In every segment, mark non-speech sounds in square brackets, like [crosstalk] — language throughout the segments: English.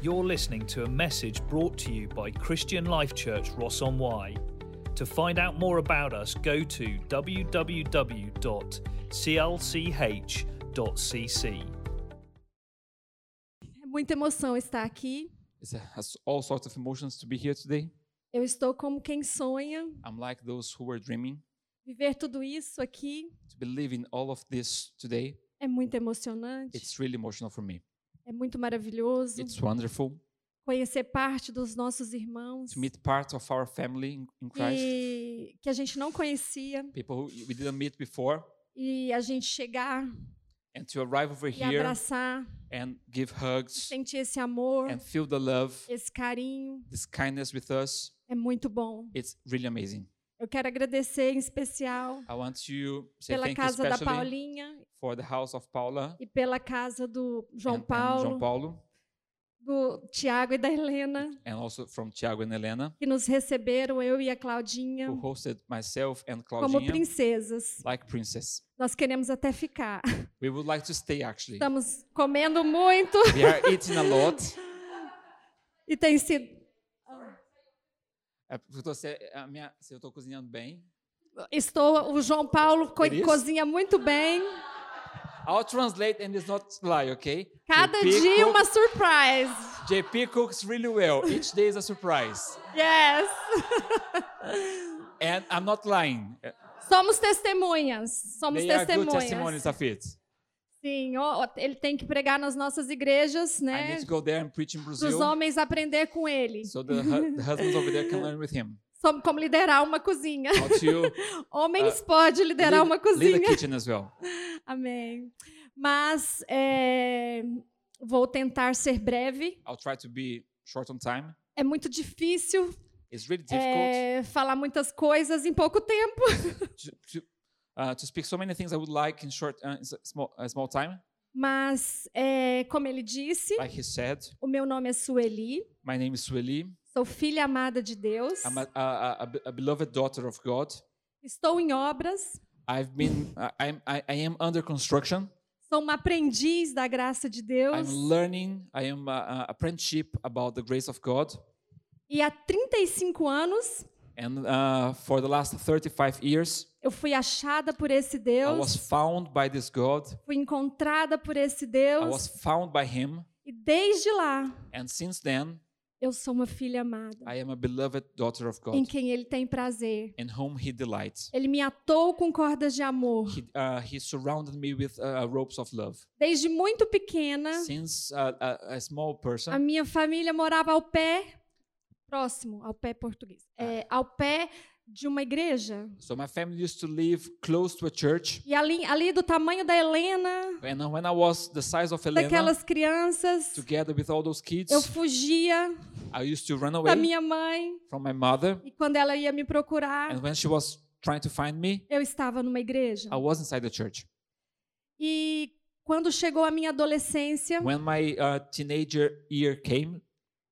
You're listening to a message brought to you by Christian Life Church Ross on Wye. To find out more about us, go to www.clch.cc. É muita emoção estar aqui. It has all sorts of emotions to be here today. Eu estou como quem sonha I'm like those who were dreaming. viver tudo isso aqui. To believe in all of this today, É muito emocionante, it's really emotional for me. é muito maravilhoso It's wonderful conhecer parte dos nossos irmãos to meet part of our family in- in Christ, que, que a gente não conhecia people who we didn't meet before, e a gente chegar and to arrive over e here abraçar, and give hugs sentir esse amor, and feel the love, esse carinho, this kindness with us. é muito bom. It's really amazing. Eu quero agradecer em especial I want to say pela thank you casa da especially Paulinha for the house of Paula e pela casa do João and, and Paulo, João Paulo, do Tiago e da Helena. and also from Tiago and Helena, que nos receberam, eu e a Claudinha, who hosted myself and como Claudinha princesas. like princess. Nós queremos até ficar. We would like to stay actually. Estamos comendo muito We are eating a [laughs] lot. e tem sido. É porque eu tô se, a minha, se eu tô cozinhando bem. Estou, o João Paulo co- Por isso? cozinha muito bem. I'll translate and it's not lie, okay? Cada JP dia cook- uma surprise. JP cooks really well. Each day is a surprise. Yes. And I'm not lying. Eh, Somos testemunhas. Somos They are good testemunhas. testimonies of it. Sim, ó, ó, ele tem que pregar nas nossas igrejas, I né? need to go there and preach in Para os Brazil homens aprender com ele. so the, hu- the husbands over there can learn with him. Som- Como liderar uma cozinha. How to [laughs] Homens podem uh, lead, liderar uma lead cozinha. the kitchen as well. Amém. Mas é, vou tentar ser breve. I'll try to be short on time. É muito difícil It's really difficult é, falar muitas coisas em pouco tempo. [laughs] to, to, uh, to speak so many things I would like in short, uh, in s- small, uh, small time. Mas, é, como ele disse, Like he said, o meu nome é Sueli, my name is Sueli. sou filha amada de Deus, I'm a, a, a- a be- a beloved daughter of God. estou em obras, I've been, I- I'm, I, I am under construction. sou uma aprendiz da graça de Deus I'm learning. I am uh, uh, apprenticeship about the grace of God. e há 35 anos And uh, for the last 35 years, eu fui achada por esse I was Deus, found by this God. fui encontrada por esse I was Deus found by Him. e desde lá And since then, eu sou uma filha amada. I am a beloved daughter of em God, quem ele tem prazer. in whom He delights. Ele me atou com cordas de amor. He, uh, he surrounded me with uh, ropes of love. Desde muito pequena, Since uh, a, a small a person, minha família morava ao pé, próximo, ao pé português, Ah. é, ao pé de uma igreja. so my family used to live close to a church. E ali, ali do tamanho da Helena, And uh, when I was the size of Helena, daquelas crianças, together with all those kids, eu fugia I used to run da away minha mãe. from my mother. E quando ela ia me procurar, And when she was trying to find me, eu estava numa igreja. I was inside the church. E quando chegou a minha adolescência, When my uh, teenager year came,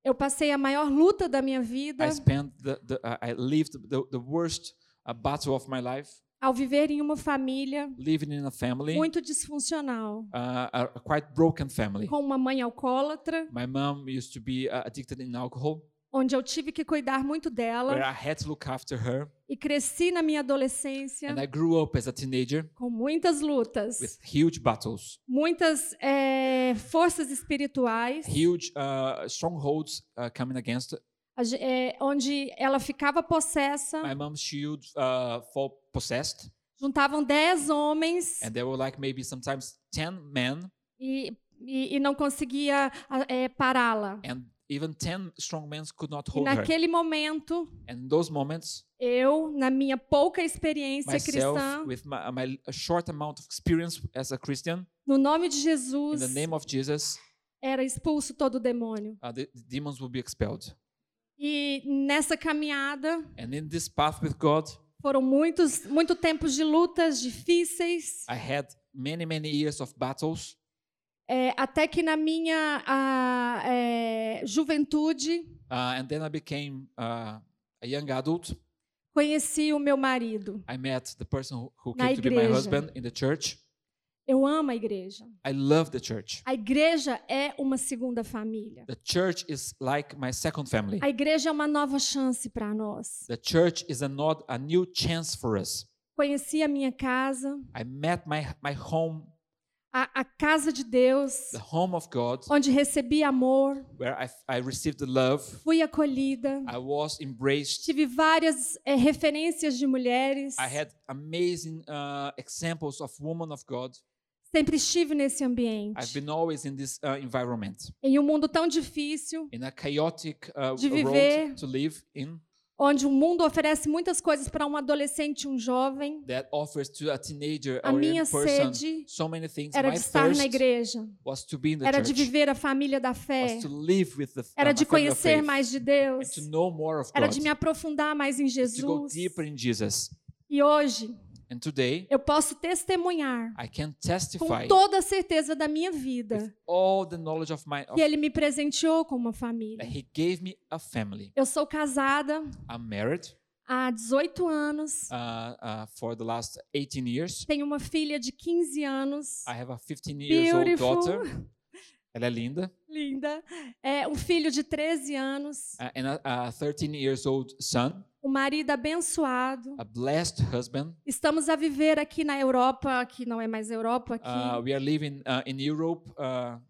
eu passei a maior luta da minha vida I spent the, the uh, I lived the, the worst uh, battle of my life, ao viver em uma família living in a family, muito disfuncional, uh, a, a quite broken family. com uma mãe alcoólatra, My mom used to be uh, addicted in alcohol, onde eu tive que cuidar muito where dela I had to look after her, e cresci na minha adolescência and I grew up as a teenager com muitas lutas, with huge battles, muitas eh, forças espirituais, huge uh, strongholds uh, coming against a ge- eh, onde ela ficava possessa, my mom she would uh, fall possessed juntavam dez homens and there were like maybe sometimes 10 men e, e- e não conseguia ah, eh, pará-la. and even 10 strong men could not E hold her naquele momento, and in those moments eu, na minha pouca experiência myself cristã, with my, my short amount of experience as a christian no nome de in Jesus, the name of jesus era expulso todo demônio. uh, the, the demons will be expelled E nessa caminhada and in this path with god foram muitos muito tempos de lutas difíceis, i had many many years of battles é, até que na minha ah, é, juventude uh, and then i became uh, a young adult conheci o meu marido. i met the person who, who Na came to be my igreja. husband in the church Eu amo a igreja. I love the church. A igreja é uma segunda família. The church is like my second family. A igreja é uma nova chance para nós. The church is a, not, a new chance for us. Conheci a minha casa, I met my, my home, a, a casa de Deus, the home of God, onde recebi amor, where I, I received the love. fui acolhida, I was embraced. tive várias eh, referências de mulheres. I had amazing uh, examples of women of God. Sempre estive nesse I've ambiente. been always in this uh, environment, Em um mundo tão difícil, in a chaotic uh, De viver. world to live in onde o mundo oferece muitas coisas para um adolescente, um jovem, that offers to a teenager a or minha young person sede so many things. era my de estar na thirst igreja, was to be in the era de church, viver a família da fé, was to live with the era um, de a family of conhecer faith, mais de and Deus, to know more of era God, de me aprofundar mais em to go Jesus. deeper in Jesus. E hoje And today, eu posso testemunhar I can com testify toda a certeza da minha with vida all the knowledge of my of, que ele me presenteou com uma that família. He gave me a family. Eu sou casada I'm married há 18 anos, uh, uh, for the last 18 years. tenho uma filha de 15 anos, I have a 15 years old beautiful, daughter. Ela é linda. linda, é, um filho de 13 anos, Uh, and a, a 13 years old son, um marido abençoado. a blessed husband. Estamos a viver aqui na Europa, que não é mais Europa aqui, Uh, we are living uh, in Europe uh, ah.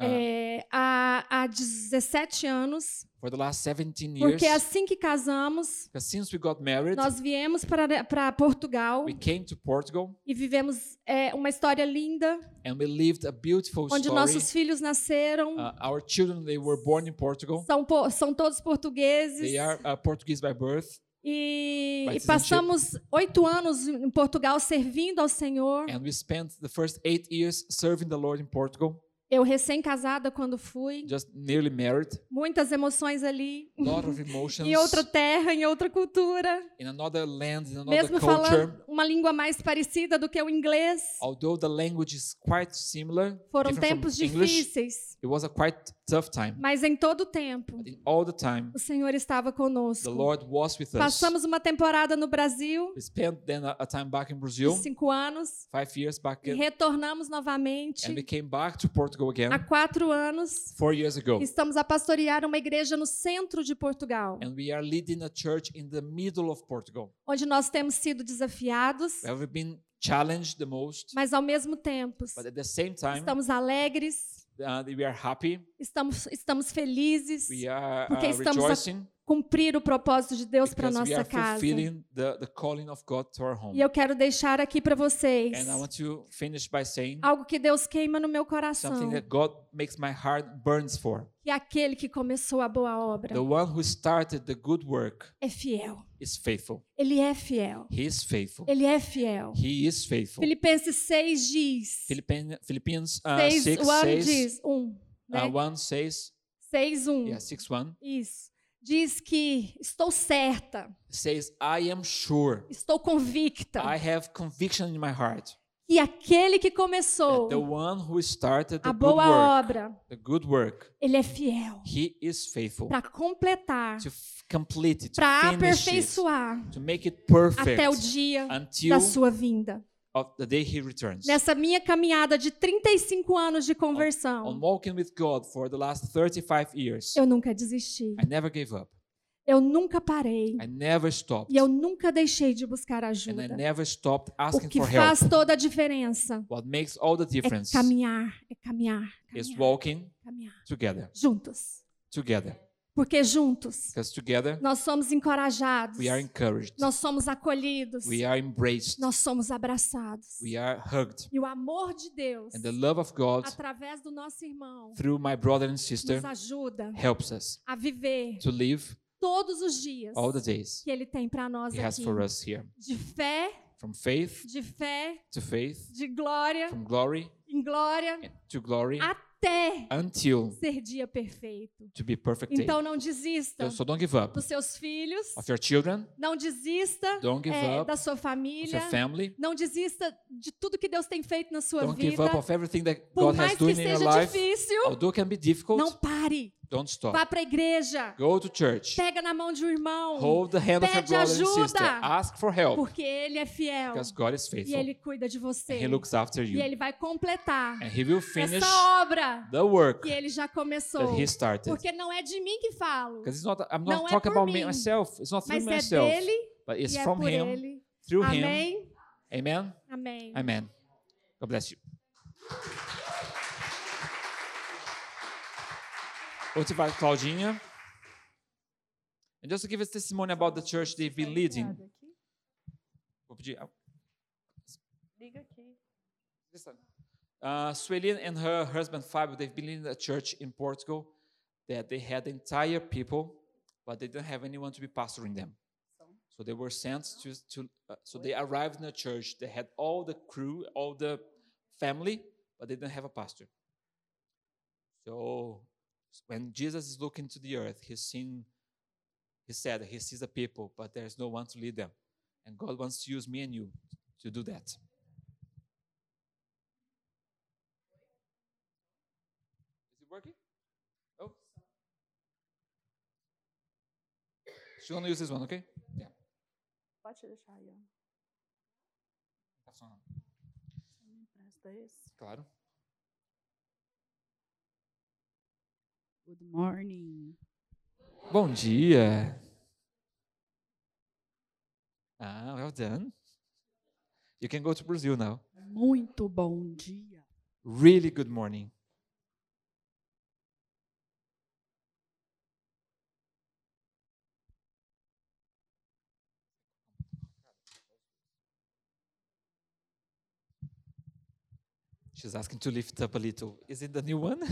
é, há, há 17 anos, for the last 17 years. porque assim que casamos, Because since we got married, nós viemos para para Portugal we came to Portugal e vivemos é, uma história linda, and we lived a beautiful onde story. nossos filhos nasceram, Uh, our children, they were born in Portugal. são, po- são todos portugueses. They are uh, Portuguese by birth, E, Mas e a gente- passamos oito anos em Portugal servindo ao Senhor. and we spent the first eight years serving the Lord in Portugal. Eu recém-casada quando fui, Just nearly married, muitas emoções ali. lot [laughs] of emotions Em E outra terra, em outra cultura, in another land, in another mesmo culture. falando uma língua mais parecida do que o inglês, Although the language is quite similar, foram different from tempos English, difíceis, it was a quite tough time. mas em todo o tempo In all the time, o Senhor estava the conosco. Lord was with us. Passamos uma temporada no Brasil, We spent then a, a time back in de Brazil, cinco anos, five years back, e in, retornamos and we novamente came back to Portugal há again quatro anos. four years ago. Estamos a pastorear uma igreja no centro de Portugal, And we are leading a church in the middle of Portugal. onde nós temos sido desafiados, We have been challenged the most, mas ao mesmo tempo but at the same time, estamos alegres, uh, we are happy. estamos, estamos felizes. We are Porque uh, estamos a- rejoicing cumprir o propósito de Deus para because we nossa are casa. fulfilling the, the calling of God to our E home. eu quero deixar aqui para vocês And I want to finish by saying algo que Deus queima no meu coração, something that God makes my heart burns for. que é aquele que começou a boa obra The one who started the good work é fiel. is faithful. Ele é fiel. He is faithful. Ele é fiel. He is faithful. Filipenses 6 diz. Philippian, Philippians uh, 6, 6 1 says, diz. 1, né? uh, 1 says, 6, 1. yeah, 6 1 Isso. Diz que estou certa, says, I am sure, estou convicta I have conviction in my heart que aquele que that the começou one who started the a good boa work, obra, the good work, ele é fiel he is faithful para completar to f- complete it, para to finish it, aperfeiçoar to make it perfect até o dia da until sua vinda. of the day he returns. Nessa minha caminhada de 35 anos de on conversão, walking with God for the last 35 years. eu nunca desisti. I never gave up. Eu nunca parei. I never stopped. E eu nunca deixei de buscar And I ajuda. never stopped O asking que for help. faz toda a diferença What makes all the é difference caminhar, é caminhar, is caminhar, walking caminhar. together. Juntos. Together. Porque juntos Because together nós somos encorajados, we are encouraged. nós somos acolhidos, We are embraced. nós somos abraçados. We are hugged. E o amor de Deus, And the love of God através do nosso irmão, through my brother and sister nos ajuda helps us a viver to live todos os dias all the days que Ele tem para nós he has aqui. for us here. De fé, From faith de fé, to faith, de glória from glory em glória, to glory, até until ser dia perfeito. to be perfect day. Então não desista So, so don't give up. dos seus filhos, of your children, não desista Don't give eh, up da sua of família, your family. não desista de tudo que Deus tem feito na sua Don't give vida. up of everything that Por God has mais que done in your seja life. difícil, Although it can be difficult, não pare. Don't stop. Vá para a igreja. Go to church. Pega na mão de um irmão. Hold the hand of your Pede brother and sister. ajuda. Ask for help Porque ele é fiel. because God is E faithful. ele cuida de And He você. looks after E you. ele vai completar And He will finish essa obra the É work que ele já começou. that He started. Porque não é de mim que falo, Because it's not I'm Não not é talking por about me mim, myself. It's not through mas é myself. dele But it's e é from por Him, ele. through Him. Amém? Amen. Amém. Amen. God bless you. Outro vai Claudinha. And just to give us testimony about the church they've been leading. Vou pedir. ah, Liga aqui. this one. Uh, Sueli and her husband Fabio, they've been leading a church in Portugal that they had entire people, but they didn't have anyone to be pastoring them. So they were sent to, to uh, so they arrived in a church. They had all the crew, all the family, but they didn't have a pastor. So when Jesus is looking to the earth, he's seen, he said, he sees the people, but there's no one to lead them. And God wants to use me and you to do that. Is it working? Oh. She's gonna use this one, okay? Yeah. Pode deixar aí, ó. Tá funcionando. Me empresta esse. Claro. Good morning. Bom dia. Ah, well done. You can go to Brazil now. É Muito bom dia. Really good morning. She's asking to lift up a little. Is it the new one? [laughs]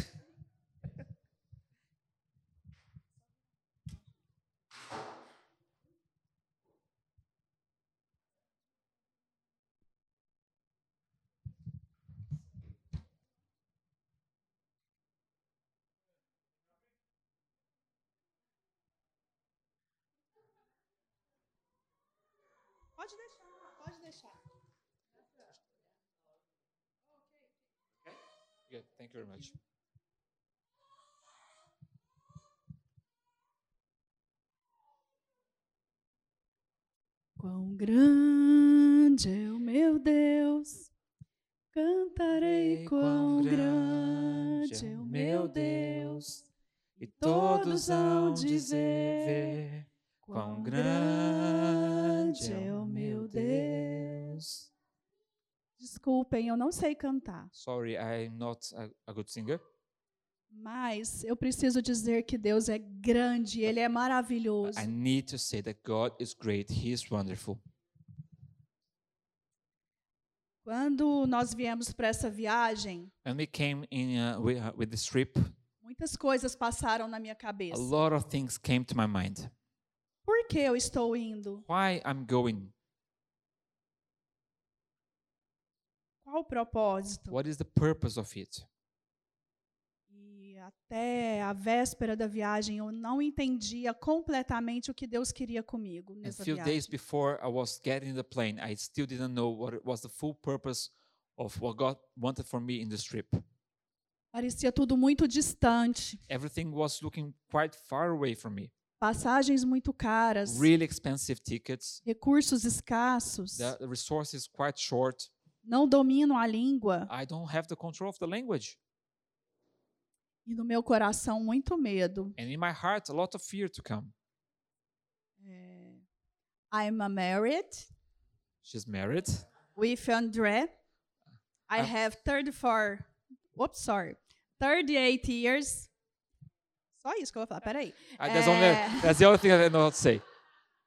Pode deixar, pode deixar. Good. Thank you very much. Quão grande é o meu Deus, cantarei quão grande é o meu Deus, e todos hão de ver quão grande é o meu Deus. Desculpem, eu não sei cantar, Sorry, I'm not a, a good singer, mas eu preciso dizer que Deus é grande, Ele é but maravilhoso. I need to say that God is great. He is wonderful. Quando nós viemos para essa viagem, When we came in uh, with, uh, with this trip, muitas coisas passaram na minha a cabeça. lot of things came to my mind. Por que eu estou indo? Why I'm going? Qual o propósito? What is the purpose of it? E até a véspera da viagem eu não entendia completamente o que Deus queria comigo And nessa a few days viagem. before I was getting the plane, I still didn't know what it was the full purpose of what God wanted for me in this trip. Parecia tudo muito distante, Everything was looking quite far away from me. passagens muito caras, Really expensive tickets. recursos escassos. The the resources quite short. Não domino a língua I don't have the control of the language. e no meu coração muito medo. And in my heart, a lot of fear to come. É, I'm a married She's married. with André. I Ah. have 34. Oops, sorry. 38 years. Só isso que eu vou falar, peraí. I, Ah, that's, only, É. that's the only thing I know how to say.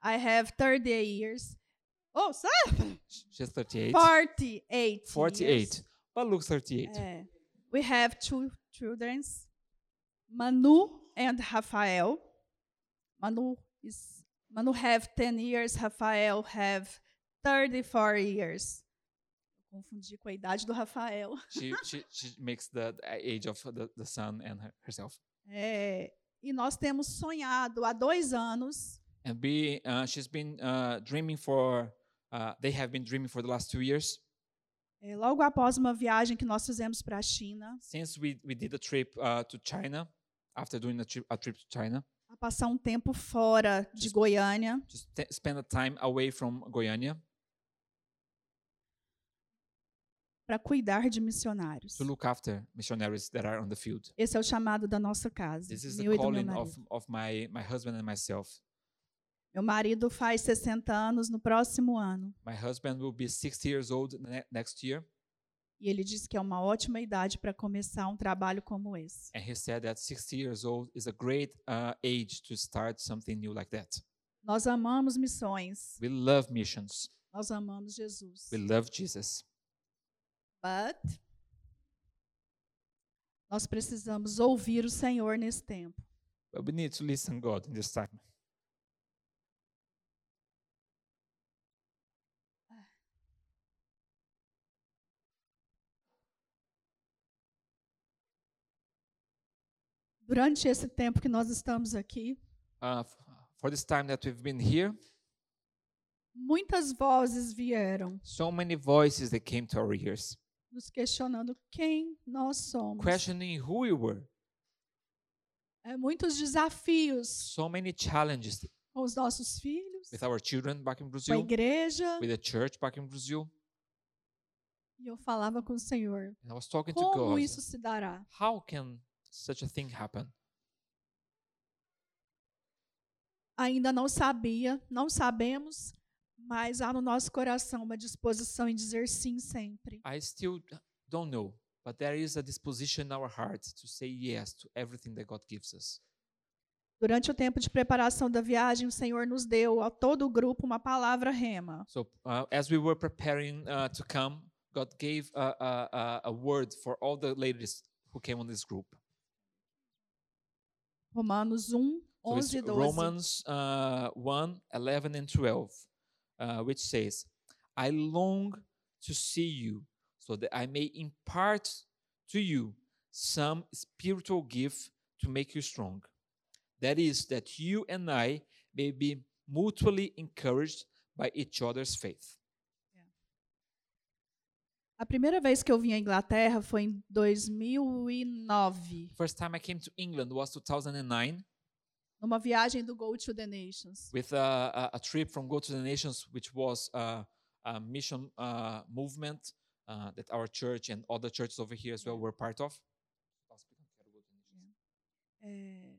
I have 38 years. Oh, só Sh- She's 38. 48. 48. years. Eh. But looks 38. É. We have two children, Manu and Rafael. Manu is Manu have 10 years, Rafael have 34 years. Confundi com a idade do Rafael. She, she, she makes the, the age of the, the son and her, herself. É, e nós temos sonhado há dois anos and be uh, she's been uh, dreaming for uh, they have been dreaming for the last two years é, logo após uma viagem que nós fizemos para a China, since we, we did a trip uh, to china after doing a, tri- a trip to China, a passar um tempo fora de Goiânia. just t- spend a time away from Goiânia para cuidar de missionários. to look after missionaries that are on the field. Esse é o chamado da nossa casa, This is meu the e do meu calling marido. of, of my, my husband and myself. Meu marido faz 60 anos no próximo ano My husband will be 60 years old ne- next year, e ele diz que é uma ótima idade para começar um trabalho como esse. and he said that 60 years old is a great uh, age to start something new like that. Nós amamos missões, We love missions. nós amamos Jesus. We love Jesus. But nós precisamos ouvir o Senhor nesse tempo. But we need to listen God in this time. Durante esse tempo que nós estamos aqui, Uh, f- for this time that we've been here, muitas vozes vieram so many voices that came to our ears, nos questionando quem nós somos. questioning who we were. É, muitos desafios So many challenges com os nossos filhos, with our children back in com a Brazil, igreja. with the church back in Brazil. E eu falava com o Senhor: And I was talking to como God. isso se dará? How can such a thing happen? Ainda não sabia, não sabemos, mas há no nosso coração uma disposição em dizer sim sempre. I still d- don't know, but there is a disposition in our heart to say yes to everything that God gives us. Durante o tempo de preparação da viagem, o Senhor nos deu a todo o grupo uma palavra rema. So, uh, as we were preparing uh, to come, God gave a, a, a- a word for all the ladies who came on this group. Romanos 1, So it's 11 e 12. Romans uh, 1 11 and 12, uh, which says, I long to see you so that I may impart to you some spiritual gift to make you strong. That is, that you and I may be mutually encouraged by each other's faith. A primeira vez que eu vim à Inglaterra foi em 2009, First time I came to England was 2009 numa viagem do Go to the Nations. with a, a, a trip from Go to the Nations, which was uh, a mission uh, movement uh, that our church and other churches over here as well were part of. É,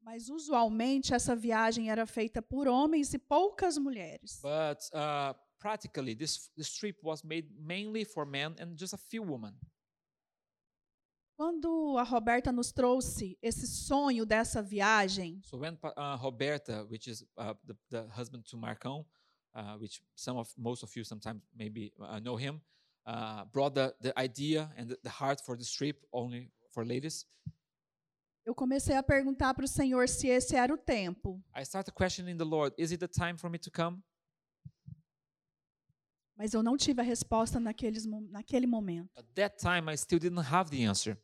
mas usualmente essa viagem era feita por homens e poucas mulheres. But uh, practically, this, this trip was made mainly for men and just a few women. Quando a Roberta nos trouxe esse sonho dessa viagem, So when pa- uh, Roberta, which is uh, the, the husband to Marcão, uh, which some of most of you sometimes maybe uh, know him, uh, brought the, the idea and the, the heart for this trip only for ladies. eu comecei a perguntar para o Senhor se esse era o tempo. I started questioning the Lord, is it the time for me to come? Mas eu não tive a resposta naqueles, mo- naquele momento. At that time, I still didn't have the answer.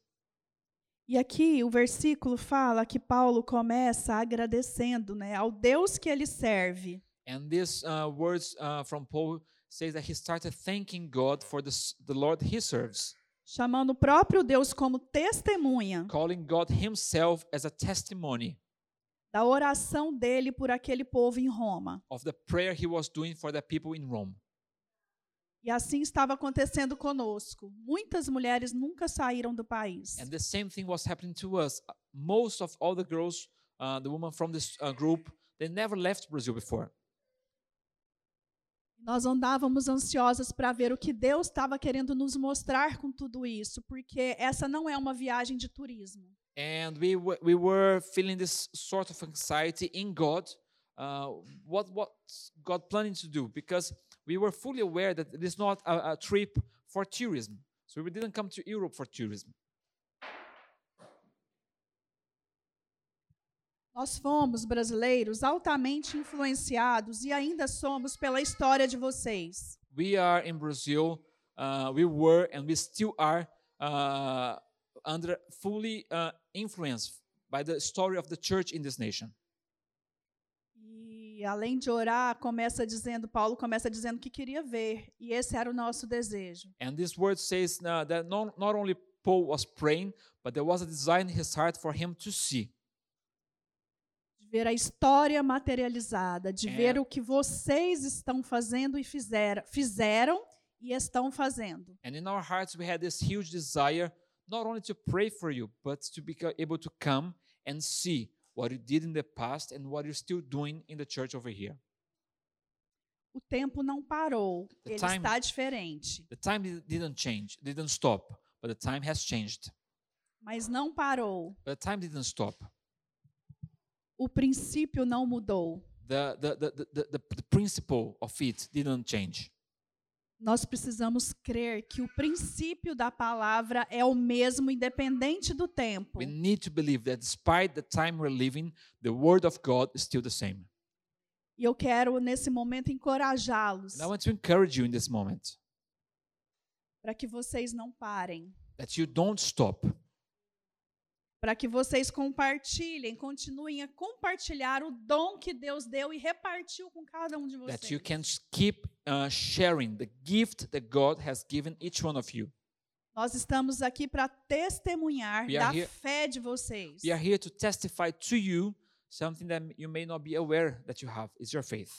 E aqui o versículo fala que Paulo começa agradecendo né, ao Deus que ele serve. And these uh, words uh, from Paul says that he started thanking God for the, s- the Lord he serves, Chamando o próprio Deus como testemunha calling God himself as a testimony da oração dele por aquele povo em Roma. of the prayer he was doing for the people in Rome. E assim estava acontecendo conosco. Muitas mulheres nunca saíram do país. And the same thing was happening to us. Uh, Most of all the girls, uh, the women from this uh, group, they never left Brazil before. Nós andávamos ansiosas para ver o que Deus estava querendo nos mostrar com tudo isso, porque essa não é uma viagem de turismo. And we, w- we were feeling this sort of anxiety in God. Uh, what what's God planning to do? Because we were fully aware that it is not a, a trip for tourism. So we didn't come to Europe for tourism. Nós fomos brasileiros altamente influenciados e ainda somos pela história de vocês. We are in Brazil. Uh, we were and we still are uh, under fully uh, influenced by the story of the church in this nation. E além de orar, começa dizendo, Paulo começa dizendo que queria ver, e esse era o nosso desejo. And this word says uh, that not, not only Paul was praying, but there was a desire in his heart for him to see. ver a história materializada, de É. ver o que vocês estão fazendo e fizeram, fizeram e estão fazendo. And in our hearts, we had this huge desire not only to pray for you, but to be co- able to come and see what you did in the past and what you're still doing in the church over here. O tempo não parou, The ele time- está diferente, The time di- didn't change, didn't stop, but the time has changed. mas não parou. But the time didn't stop. O princípio não mudou. The, the, the, the, the, the, the principle of it didn't change. Nós precisamos crer que o princípio da palavra é o mesmo, independente do tempo. We need to believe that despite the time we're living, the word of God is still the same. E eu quero, nesse momento, encorajá-los And I want to encourage you in this moment para que vocês não parem, that you don't stop, para que vocês compartilhem, continuem a compartilhar o dom que Deus deu e repartiu com cada um de vocês. that you can s- keep uh, sharing the gift that God has given each one of you. Nós estamos aqui para testemunhar We da are here- fé de vocês. We are here to testify to you something that you may not be aware that you have is your faith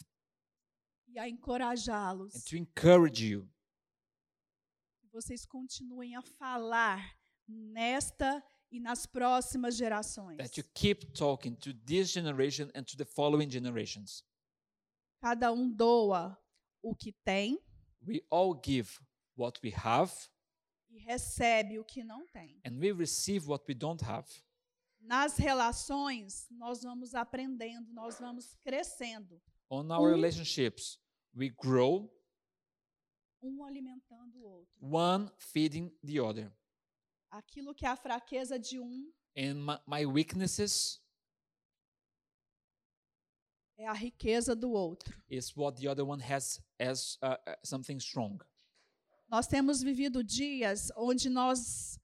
E a encorajá-los. and to encourage you Que vocês continuem a falar nesta e nas próximas gerações. that you keep talking to this generation and to the following generations. Cada um doa o que tem We all give what we have e recebe o que não tem. and we receive what we don't have. nas relações, nós vamos aprendendo, nós vamos crescendo, On our relationships, we grow um alimentando o outro. one feeding the other. Aquilo que é a fraqueza de um And my, my weaknesses é a riqueza do outro. is what the other one has as uh, uh, something strong. Nós temos vivido dias onde nós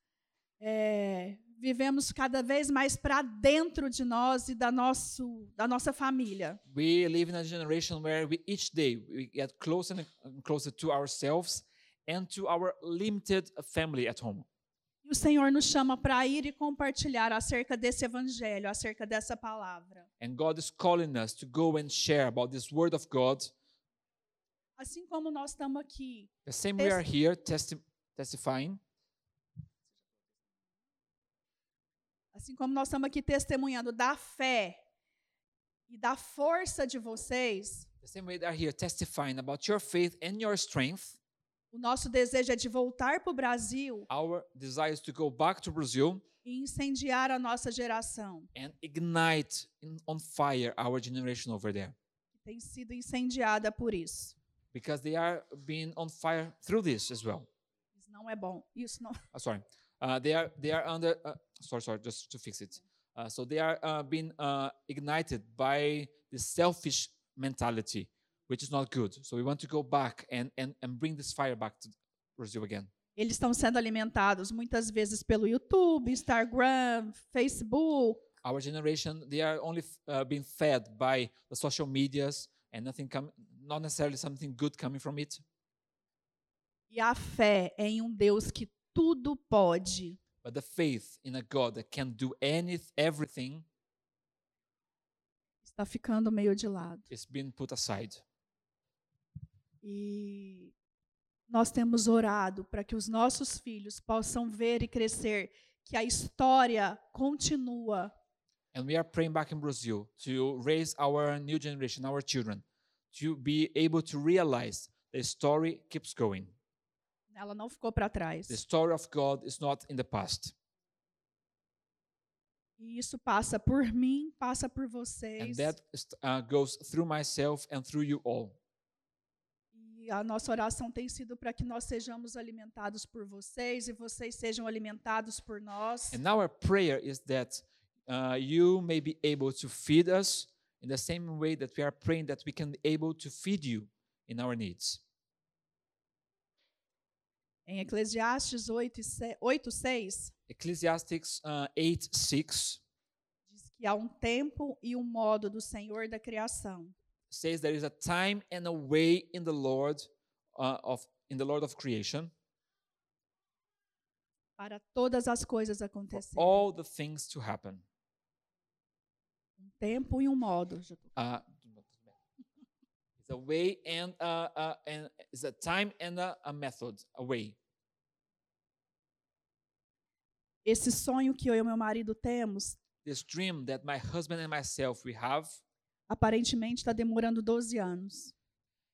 é, vivemos cada vez mais para dentro de nós e da, nosso, da nossa família. We live in a generation where we each day we get closer and and closer to ourselves and to our limited family at home. E o Senhor nos chama para ir e compartilhar acerca desse evangelho, acerca dessa palavra. And God is calling us to go and share about this word of God. Assim como nós estamos aqui The same we are Test- here testi- testifying, Assim como nós estamos aqui testemunhando da fé e da força de vocês, the same way they are here testifying about your faith and your strength. o nosso desejo é de voltar para o Brasil Our desire is to go back to Brazil e incendiar a nossa geração, and ignite in, on fire our generation over there que tem sido incendiada por isso. because they are being on fire through this as well. Isso não é bom. Isso não. [laughs] uh, sorry, uh, they are they are under. Uh, sorry, sorry, just to fix it. Uh, so they are uh, being uh, ignited by the selfish mentality, which is not good. So we want to go back and and and bring this fire back to Brazil again. Eles estão sendo alimentados muitas vezes pelo YouTube, Instagram, Facebook, Our generation, they are only f- uh, being fed by the social medias and nothing com- not necessarily something good coming from it. e a fé em um Deus que tudo pode But the faith in a God that can do any everything está ficando meio de lado. is being put aside. E nós temos orado para que os nossos filhos possam ver e crescer que a história continua, And we are praying back in Brazil to raise our new generation, our children, to be able to realize the story keeps going. ela não ficou para The trás. story of God is not in the past. E isso passa por mim, passa por And vocês. that is- uh, goes through myself and through you all. E a nossa oração tem sido para que nós sejamos alimentados por vocês e vocês sejam alimentados por nós. And our prayer is that uh, you may be able to feed us in the same way that we are praying that we can be able to feed you in our needs. Em Eclesiastes 8, e se- 8 6, Ecclesiastics uh, 8 6 diz que há um tempo e um modo do Senhor da criação. says there is a time and a way in the Lord uh, of in the Lord of creation Para todas as coisas for acontecerem. all the things to happen. um tempo e um modo. Já tô- Uh, it's a way and uh, uh, and it's a time and a, a method, a way. Esse sonho que eu e meu marido temos, This dream that my husband and myself we have, aparentemente está demorando 12 anos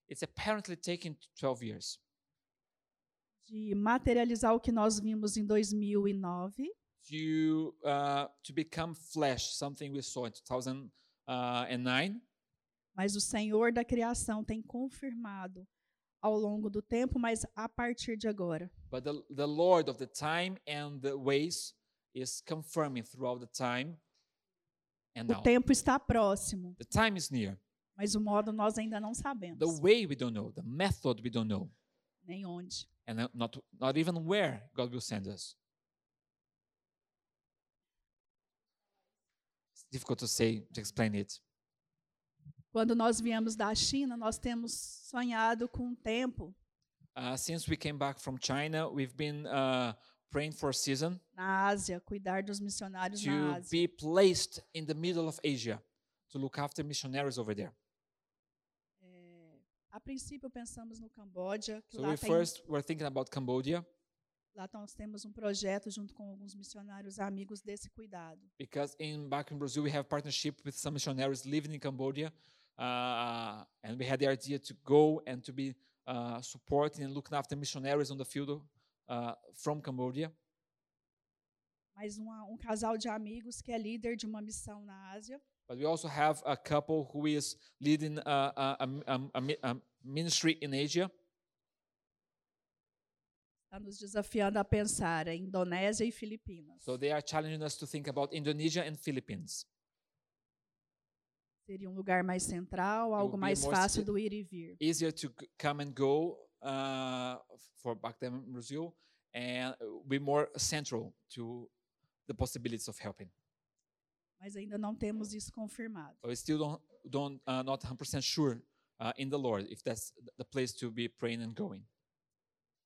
it's apparently taking 12 years de materializar o que nós vimos em 2009 to uh, to become flesh, something we saw in uh, 2009. Mas o Senhor da criação tem confirmado ao longo do tempo, mas a partir de agora. But the, the Lord of the time and the ways is confirming throughout the time and O now. tempo está próximo, The time is near. mas o modo nós ainda não sabemos, The way we don't know, the method we don't know, nem onde. and uh, not not even where God will send us. It's difficult to say to explain it. Quando nós viemos da China, nós temos sonhado com um tempo Uh, since we came back from China, we've been uh, praying for a season na Ásia, cuidar dos missionários na to Ásia. be placed in the middle of Asia to look after missionaries over there. É, a princípio pensamos no Camboja, que So lá, we tem, first were thinking about Cambodia lá nós temos um projeto junto com alguns missionários amigos desse cuidado. because in back in Brazil we have partnership with some missionaries living in Cambodia, uh, and we had the idea to go and to be uh, supporting and looking after missionaries on the field of, uh, from Cambodia. Mas uma- um casal de amigos que é líder de uma missão na Ásia. But we also have a couple who is leading uh, a, a, a, a mi- a ministry in Asia. está Tá nos desafiando a pensar em Indonésia e Filipinas. So they are challenging us to think about Indonesia and Philippines. Seria um lugar mais central, would algo be mais more fácil sti- do ir e vir. easier to g- come and go uh, for back then in Brazil and uh, be more central to the possibilities of helping. Mas ainda não temos isso confirmado. But we still don't don't uh, not 100% sure uh, in the Lord if that's th- the place to be praying and going.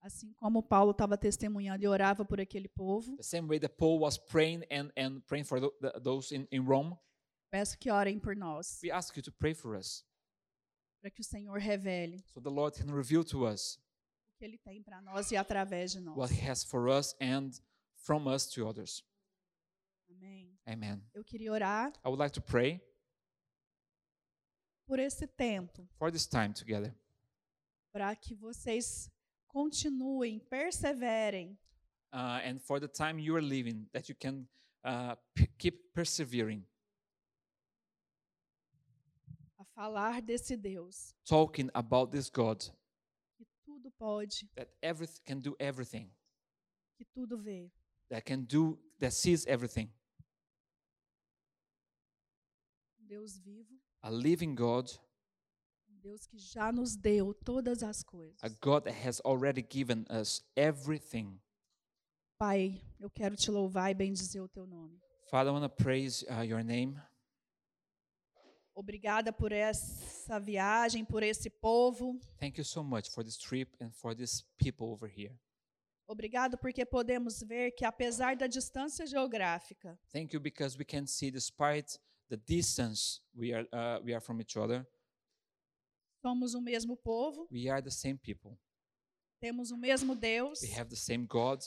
Assim como Paulo estava testemunhando e orava por aquele povo, The same way that Paul was praying and and praying for tho- th- those in, in Rome, peço que orem por nós, we ask you to pray for us para que o Senhor revele so the Lord can reveal to us o que ele tem para nós e através de nós. what He has for us and from us to others. Amém. Amen. Eu queria orar I would like to pray por esse tempo, for this time together. para que vocês continuem, perseverem uh, and for the time you are living, that you can uh, p- keep persevering, a falar desse Deus talking about this God que tudo pode, that everyth- can do everything, que tudo vê. that can do, that sees everything, Um Deus vivo. a living God, Um Deus que já nos deu todas as coisas. a God that has already given us everything. Pai, eu quero te louvar e bendizer o teu nome. Father, I want to praise uh, your name. Obrigada por essa viagem, por esse povo. Thank you so much for this trip and for these people over here. Obrigado porque podemos ver que apesar da distância geográfica, Thank you because we can see, despite the distance we are, uh, we are from each other, somos o mesmo povo, we are the same people. temos o mesmo Deus, We have the same God,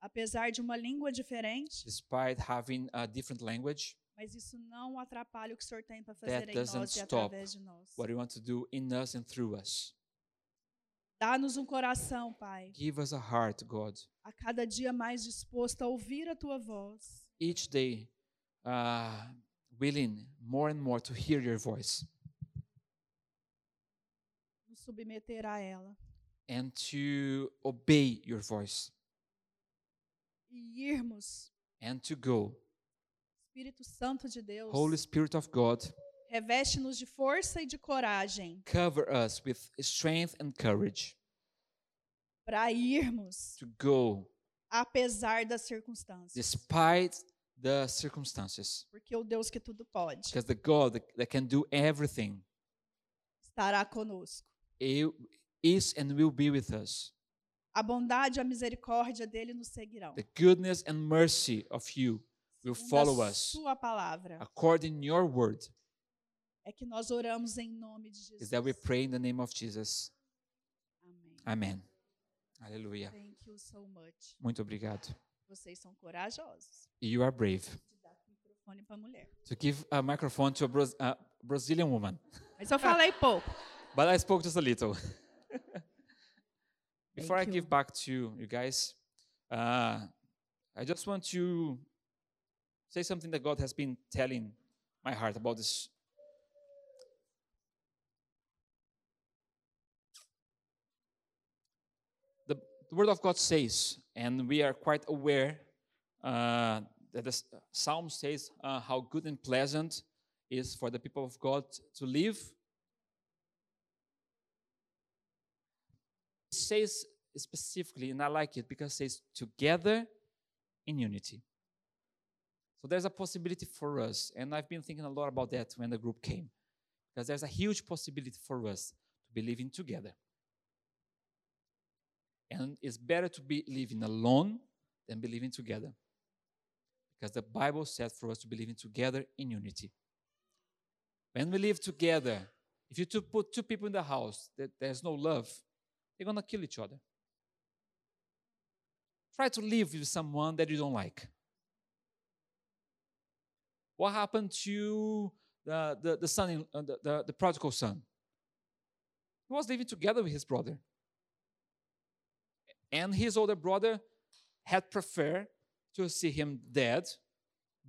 apesar de uma língua diferente, despite having a different language. mas isso não atrapalha o que o Senhor tem para That fazer em nós doesn't e stop através de nós. what you want to do in us and through us. Dá-nos um coração, Pai, Give us a heart, God, a cada dia mais disposto a ouvir a tua voz. each day uh, willing more and more to hear your voice nos submeter a ela and to obey your voice e irmos. and to go. Espírito Santo de Deus, Holy Spirit of God, reveste-nos de força e de coragem cover us with strength and courage para irmos to go apesar das circunstâncias, despite the circumstances. porque o Deus que tudo pode Because the God that- that can do everything estará conosco. i- is and will be with us. A bondade e a misericórdia dele nos seguirão. The goodness and mercy of you will da follow us sua palavra. according your word É que nós oramos em nome de Jesus. is that we pray in the name of Jesus. Amen. Amém. Aleluia. Thank you so much. Muito obrigado. E Vocês são corajosos. You are brave Fone para mulher. to give a microphone to a, Braz- a Brazilian woman. [laughs] Mas eu falei pouco. But I spoke just a little. [laughs] Before I Thank you. give back to you guys, uh, I just want to say something that God has been telling my heart about this. The, the Word of God says, and we are quite aware uh, that the s- Psalm says uh, how good and pleasant is for the people of God to live says specifically, and I like it because it says together in unity. So there's a possibility for us, and I've been thinking a lot about that when the group came, because there's a huge possibility for us to be living together. And it's better to be living alone than be living together, because the Bible says for us to be living together in unity. When we live together, if you two put two people in the house that there's no love, they're gonna kill each other. Try to live with someone that you don't like. What happened to the, the, the son, in, uh, the, the, the prodigal son? He was living together with his brother. And his older brother had preferred to see him dead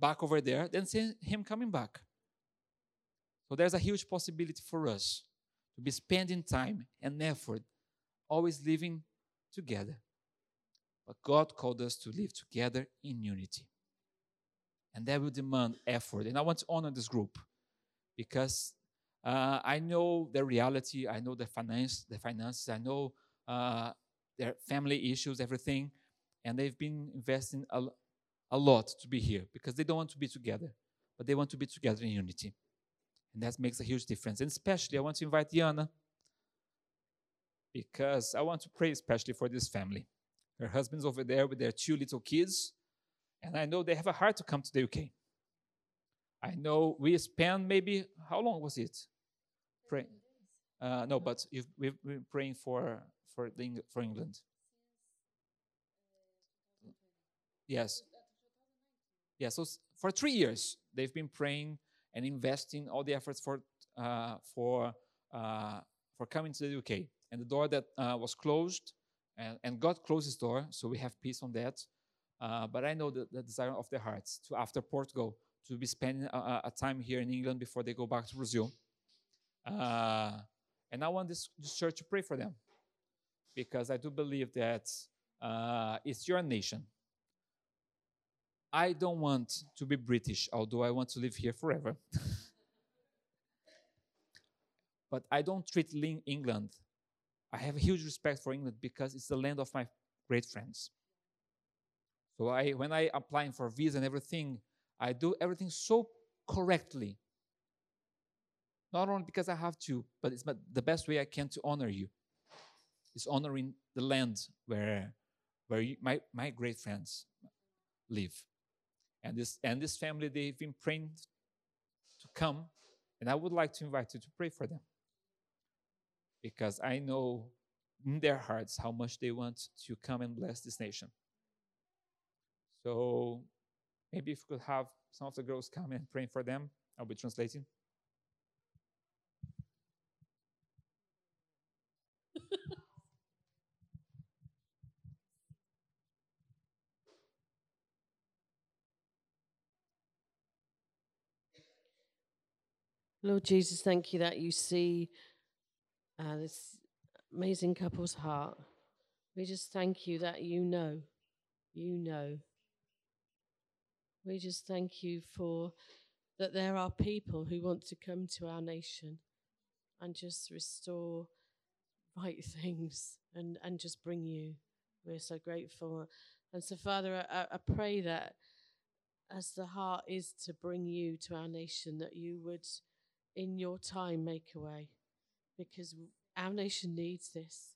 back over there than see him coming back. So there's a huge possibility for us to be spending time and effort always living together. But God called us to live together in unity. And that will demand effort. And I want to honor this group because uh, I know their reality, I know their, finance, their finances, I know uh, their family issues, everything. And they've been investing a, lo- a lot to be here because they don't want to be together, but they want to be together in unity. And that makes a huge difference. And especially, I want to invite Diana because I want to pray especially for this family. Her husband's over there with their two little kids, and I know they have a heart to come to the UK. I know we spent maybe, how long was it? Pray. Uh, no, but you've, we've been praying for, for, the, Eng- for England. Yes. Yeah, so s- for three years, they've been praying and investing all the efforts for, uh, for uh, for coming to the UK. And the door that uh, was closed, and, and God closed his door, so we have peace on that. Uh, but I know the, the desire of their hearts to, after Portugal, to be spending a- a, a time here in England before they go back to Brazil. Uh, and I want this, this church to pray for them because I do believe that uh, it's your nation. I don't want to be British, although I want to live here forever [laughs] but I don't treat Lin- England. I have huge respect for England because it's the land of my great friends. So I, when I applying for visa and everything, I do everything so correctly. Not only because I have to, but it's my- the best way I can to honor you. Is honoring the land where, where you, my, my great friends live. And this, and this family, they've been praying to come and I would like to invite you to pray for them because I know in their hearts how much they want to come and bless this nation. So maybe if we could have some of the girls come and pray for them, I'll be translating. [laughs] Lord Jesus, thank you that you see uh, this amazing couple's heart. We just thank you that you know. You know. We just thank you for that there are people who want to come to our nation and just restore right [laughs] things and, and just bring you. We're so grateful. And so, Father, I, I- I pray that as the heart is to bring you to our nation, that you would in your time make a way because w- our nation needs this.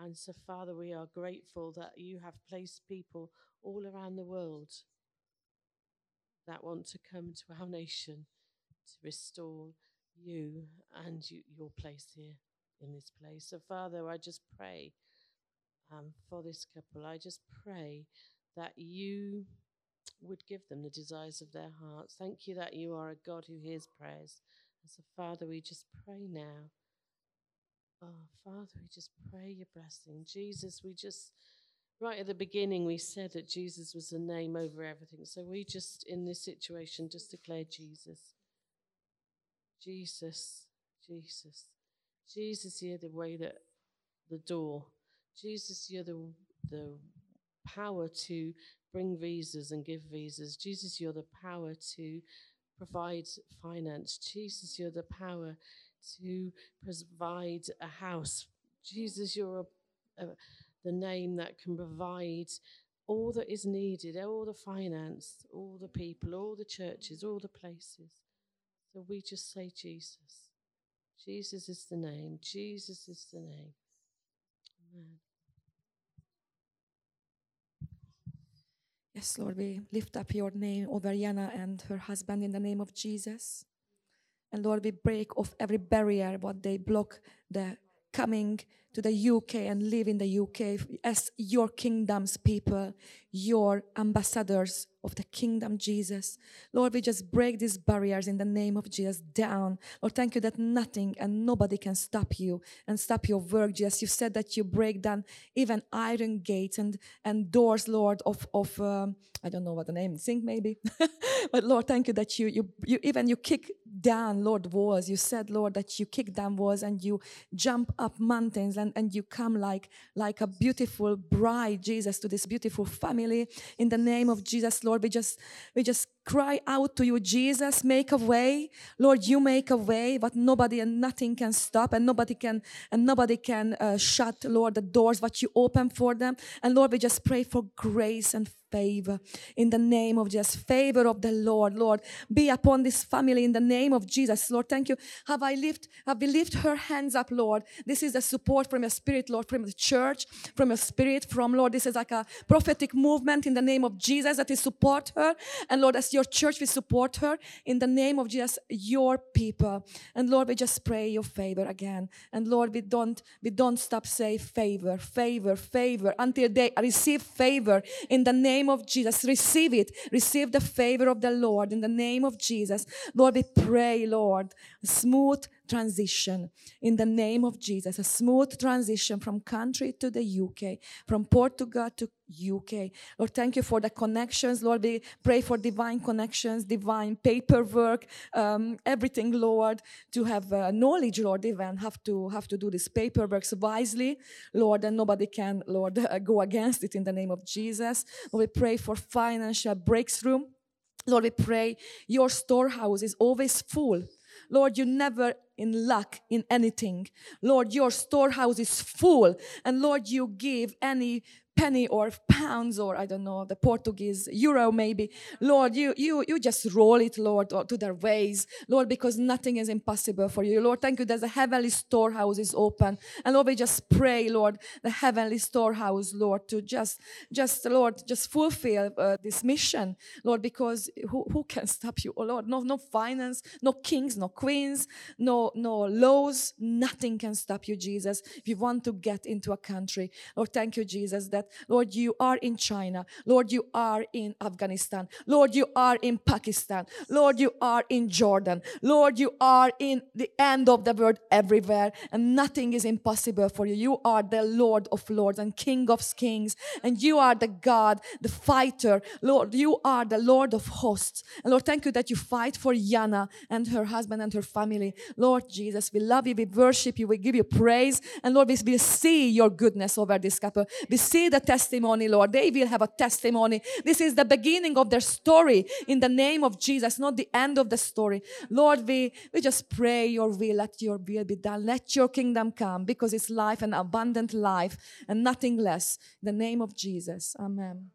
And so, Father, we are grateful that you have placed people all around the world that want to come to our nation to restore you and you, your place here in this place. So, Father, I just pray um, for this couple. I just pray that you would give them the desires of their hearts. Thank you that you are a God who hears prayers. And so, Father, we just pray now. Oh, Father, we just pray your blessing. Jesus, we just, right at the beginning, we said that Jesus was the name over everything. So we just, in this situation, just declare Jesus. Jesus, Jesus, Jesus, you're the way that the door. Jesus, you're the the power to bring visas and give visas. Jesus, you're the power to provide finance. Jesus, you're the power to provide a house. Jesus, you're a, a, the name that can provide all that is needed, all the finance, all the people, all the churches, all the places. So we just say Jesus. Jesus is the name. Jesus is the name. Amen. Yes, Lord, we lift up your name over Yana and her husband in the name of Jesus. And Lord, we break off every barrier what they block the coming to the UK and live in the UK f- as your kingdom's people, your ambassadors of the kingdom, Jesus. Lord, we just break these barriers in the name of Jesus down. Lord, thank you that nothing and nobody can stop you and stop your work, Jesus. You said that you break down even iron gates and, and doors, Lord, of, of um, I don't know what the name, zinc maybe. but Lord, thank you that you, you, you even you kick down, Lord, walls. You said, Lord, that you kick down walls and you jump up mountains and, and you come like, like a beautiful bride, Jesus, to this beautiful family. In the name of Jesus, Lord, we just we just cry out to you, Jesus, make a way. Lord, you make a way, but nobody and nothing can stop and nobody can and nobody can uh, shut, Lord, the doors that you open for them. And Lord, we just pray for grace and favor in the name of Jesus. Favor of the Lord, Lord, be upon this family in the name of Jesus, Lord. Thank you. Have I lift, have we lift her hands up, Lord? This is the support from your spirit, Lord, from the church, from your spirit, from Lord. This is like a prophetic movement in the name of Jesus that we support her. And Lord, as your church, we support her in the name of Jesus, your people. And Lord, we just pray your favor again. And Lord, we don't we don't stop say favor, favor, favor until they receive favor in the name of Jesus. Receive it. Receive the favor of the Lord in the name of Jesus. Lord, we pray, Lord, smooth transition in the name of Jesus. A smooth transition from country to the UK, from Portugal to UK. Lord, thank you for the connections. Lord, we pray for divine connections, divine paperwork, um, everything, Lord, to have uh, knowledge, Lord, even have to have to do this paperwork wisely, Lord, and nobody can, Lord, [laughs] go against it in the name of Jesus. Lord, we pray for financial breakthrough. Lord, we pray your storehouse is always full. Lord, you never in lack in anything. Lord, your storehouse is full. And Lord, you give any penny or pounds or I don't know, the Portuguese euro maybe. Lord, you you you just roll it, Lord, or to their ways. Lord, because nothing is impossible for you. Lord, thank you. There's a heavenly storehouse is open. And Lord, we just pray, Lord, the heavenly storehouse, Lord, to just just Lord, just fulfill uh, this mission, Lord, because who, who can stop you, oh Lord? No, no finance, no kings, no queens, no no laws, nothing can stop you, Jesus. If you want to get into a country, Lord, thank you, Jesus, that Lord, you are in China, Lord, you are in Afghanistan, Lord, you are in Pakistan, Lord, you are in Jordan, Lord, you are in the end of the world everywhere, and nothing is impossible for you. You are the Lord of lords and King of kings, and you are the God, the fighter, Lord, you are the Lord of hosts. And Lord, thank you that you fight for Yana and her husband and her family. Lord Jesus, we love you, we worship you, we give you praise. And Lord, we, we see your goodness over this couple. We see the testimony, Lord. They will have a testimony. This is the beginning of their story in the name of Jesus, not the end of the story. Lord, we, we just pray your will, let your will be done. Let your kingdom come because it's life and abundant life and nothing less. In the name of Jesus. Amen.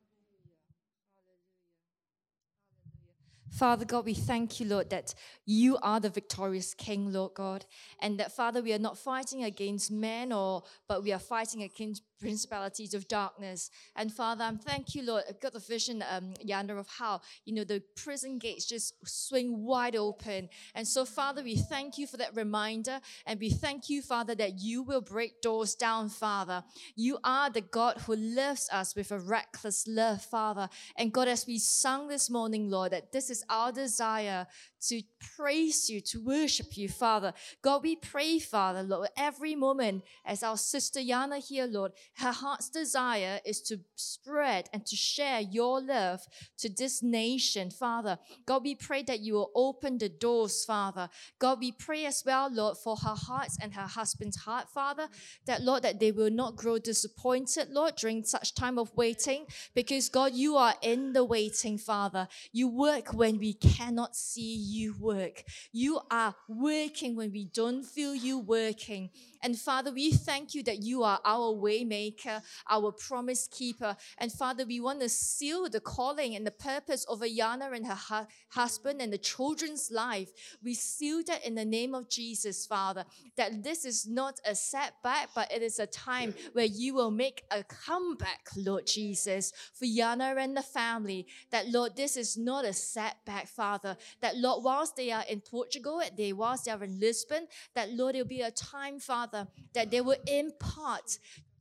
Father God, we thank you, Lord, that you are the victorious King, Lord God, and that Father, we are not fighting against men or, but we are fighting against principalities of darkness. And Father, I'm thank you, Lord. I got the vision, um, Yanda, of how you know the prison gates just swing wide open. And so, Father, we thank you for that reminder, and we thank you, Father, that you will break doors down, Father. You are the God who loves us with a reckless love, Father. And God, as we sung this morning, Lord, that this is our desire to praise you, to worship you, Father. God, we pray, Father, Lord, every moment as our sister Yana here, Lord, her heart's desire is to spread and to share your love to this nation, Father. God, we pray that you will open the doors, Father. God, we pray as well, Lord, for her hearts and her husband's heart, Father, that, Lord, that they will not grow disappointed, Lord, during such time of waiting, because, God, you are in the waiting, Father. You work when we cannot see you work. You are working when we don't feel you working. And Father, we thank you that you are our waymaker, our promise keeper. And Father, we want to seal the calling and the purpose of Ayana and her hu- husband and the children's life. We seal that in the name of Jesus, Father, that this is not a setback, but it is a time where you will make a comeback, Lord Jesus, for Yana and the family. That, Lord, this is not a setback, Father. That, Lord, whilst they are in Portugal, they whilst they are in Lisbon, that Lord, it will be a time, Father, that they will impart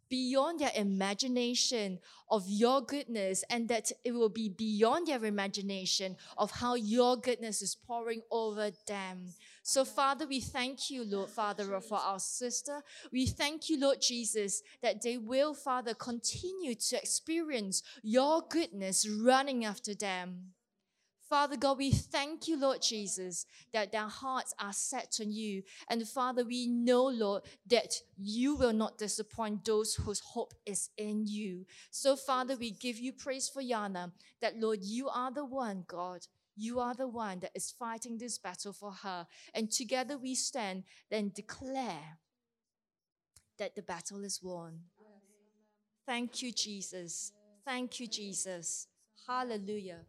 beyond their imagination of your goodness and that it will be beyond their imagination of how your goodness is pouring over them. So, Father, we thank you, Lord, Father, for our sister. We thank you, Lord Jesus, that they will, Father, continue to experience your goodness running after them. Father God, we thank you, Lord Jesus, that their hearts are set on you. And Father, we know, Lord, that you will not disappoint those whose hope is in you. So, Father, we give you praise for Yana, that, Lord, you are the one, God. You are the one that is fighting this battle for her. And together we stand and declare that the battle is won. Thank you, Jesus. Thank you, Jesus. Hallelujah.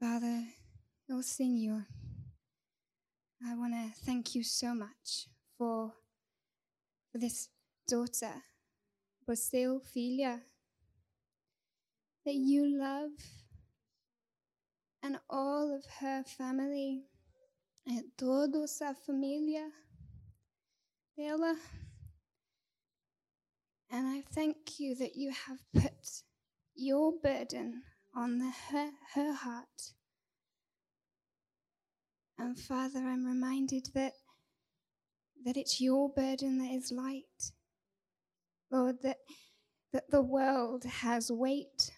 Father, oh Senor, I want to thank you so much for, for this daughter, por seu filha, that you love and all of her family, and toda a família dela. And I thank you that you have put your burden on the, her, her heart. And Father, I'm reminded that that it's your burden that is light. Lord, that that the world has weight,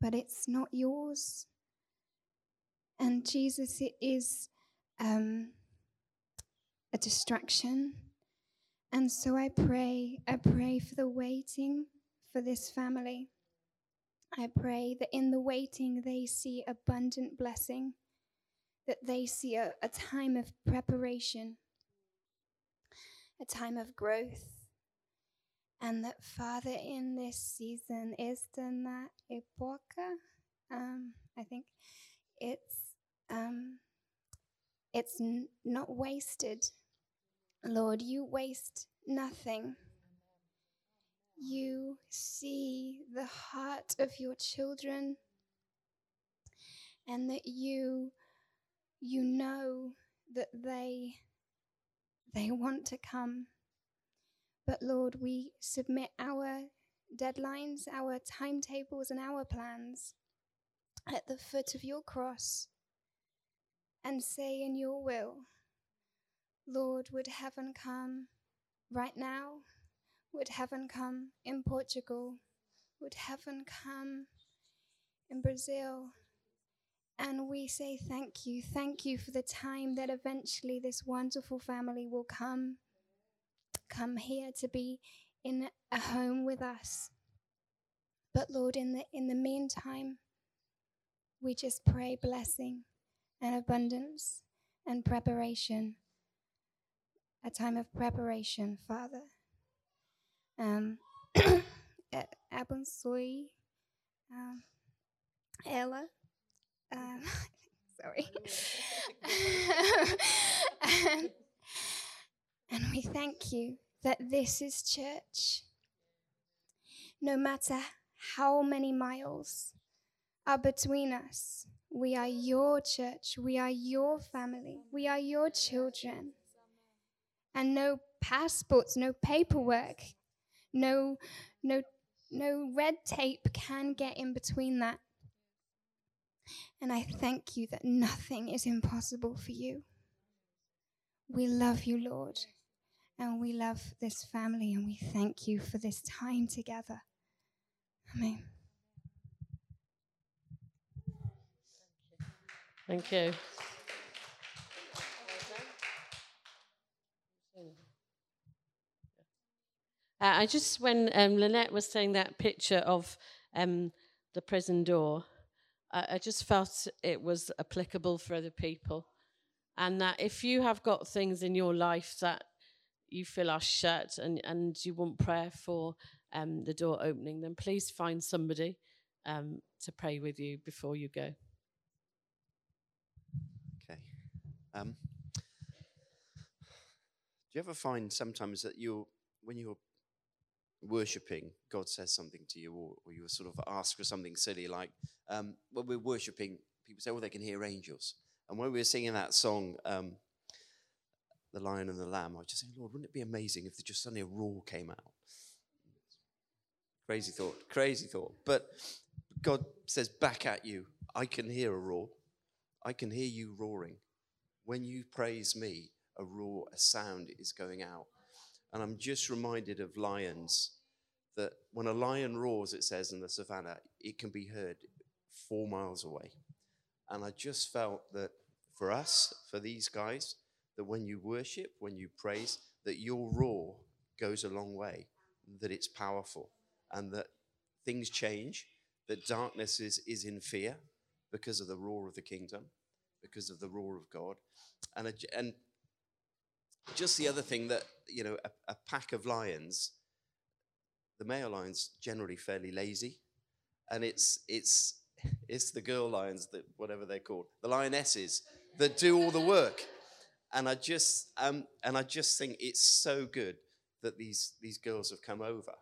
but it's not yours. And Jesus, it is um, a distraction. And so I pray, I pray for the waiting for this family. I pray that in the waiting they see abundant blessing, that they see a, a time of preparation, a time of growth, and that Father, in this season, esta na época, um, I think it's um, it's n- not wasted. Lord, you waste nothing. You see the heart of your children and that you you know that they they want to come. But Lord, we submit our deadlines, our timetables and our plans at the foot of your cross and say in your will, Lord, would heaven come right now? Would heaven come in Portugal? Would heaven come in Brazil? And we say thank you. Thank you for the time that eventually this wonderful family will come, come here to be in a home with us. But Lord, in the, in the meantime, we just pray blessing and abundance and preparation, a time of preparation, Father. Um, [coughs] eh, abençoe um, ela. Um, [laughs] sorry. um, [laughs] And we thank you that this is church. No matter how many miles are between us, we are your church, we are your family, we are your children. And no passports, no paperwork, no, no, no red tape can get in between that. And I thank you that nothing is impossible for you. We love you, Lord, and we love this family, and we thank you for this time together. Amen. Thank you. Uh, I just, when um, Lynette was saying that picture of um, the prison door, I, I just felt it was applicable for other people. And that if you have got things in your life that you feel are shut and, and you want prayer for um, the door opening, then please find somebody um, to pray with you before you go. Okay. Um, do you ever find sometimes that you're, when you're worshipping, God says something to you, or, or you sort of ask for something silly like, um, when we're worshipping, people say, well, they can hear angels. And when we were singing that song, um, The Lion and the Lamb, I was just saying, Lord, wouldn't it be amazing if just suddenly a roar came out? Crazy thought, crazy thought. But God says back at you, I can hear a roar. I can hear you roaring. When you praise me, a roar, a sound is going out. And I'm just reminded of lions that when a lion roars, it says in the savannah, it can be heard four miles away. And I just felt that for us, for these guys, that when you worship, when you praise, that your roar goes a long way, that it's powerful, and that things change, that darkness is, is in fear because of the roar of the kingdom, because of the roar of God. And, a, and just the other thing that, you know, a, a pack of lions, the male lions generally fairly lazy, and it's it's it's the girl lions that whatever they're called, the lionesses that do all the work. And I just um, and I just think it's so good that these these girls have come over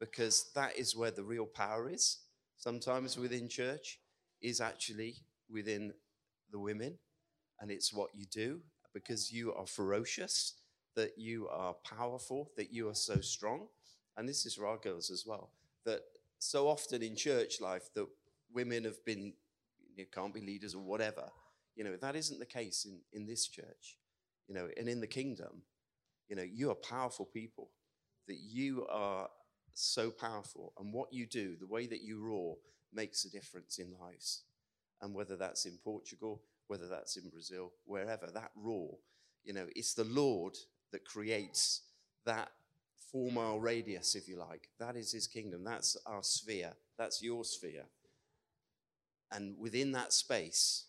because that is where the real power is. Sometimes within church is actually within the women, and it's what you do because you are ferocious, that you are powerful, that you are so strong. And this is for our girls as well. That so often in church life that women have been you know, can't be leaders or whatever. You know that isn't the case in in this church. You know, and in the kingdom, you know you are powerful people. That you are so powerful, and what you do, the way that you roar, makes a difference in lives. And whether that's in Portugal, whether that's in Brazil, wherever that roar, you know, it's the Lord that creates that four mile radius, if you like. That is his kingdom. That's our sphere. That's your sphere. And within that space,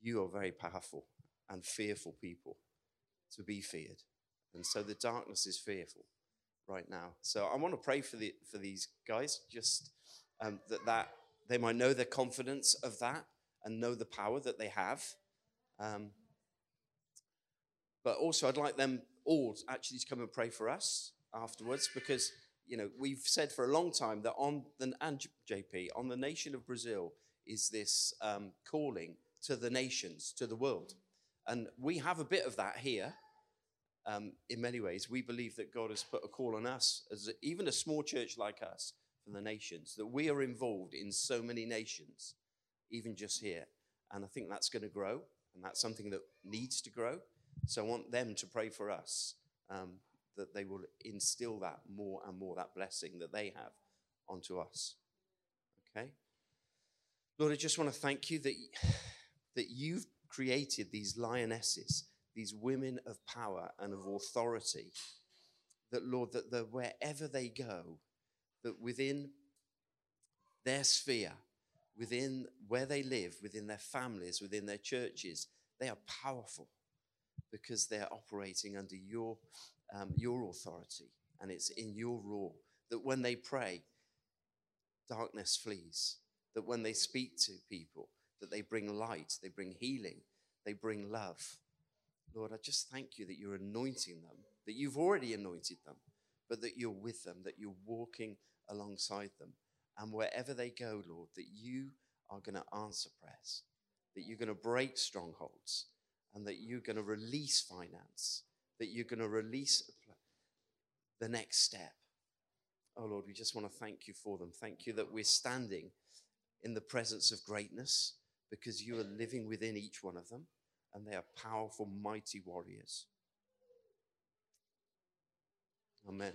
you are very powerful and fearful people to be feared. And so the darkness is fearful right now. So I want to pray for, the, for these guys, just um, that, that they might know the confidence of that and know the power that they have. Um, but also, I'd like them all actually to come and pray for us afterwards because you know we've said for a long time that on the and JP on the nation of Brazil is this um, calling to the nations to the world, and we have a bit of that here. Um, in many ways, we believe that God has put a call on us as a, even a small church like us from the nations that we are involved in so many nations, even just here, and I think that's going to grow, and that's something that needs to grow. So I want them to pray for us um, that they will instill that more and more, that blessing that they have onto us. Okay? Lord, I just want to thank you that, that you've created these lionesses, these women of power and of authority. That, Lord, that the, wherever they go, that within their sphere, within where they live, within their families, within their churches, they are powerful because they're operating under your, um, your authority and it's in your rule that when they pray, darkness flees, that when they speak to people, that they bring light, they bring healing, they bring love. Lord, I just thank you that you're anointing them, that you've already anointed them, but that you're with them, that you're walking alongside them. And wherever they go, Lord, that you are going to answer prayers, that you're going to break strongholds, and that you're going to release finance, that you're going to release a pl- the next step. Oh, Lord, we just want to thank you for them. Thank you that we're standing in the presence of greatness because you are living within each one of them and they are powerful, mighty warriors. Amen.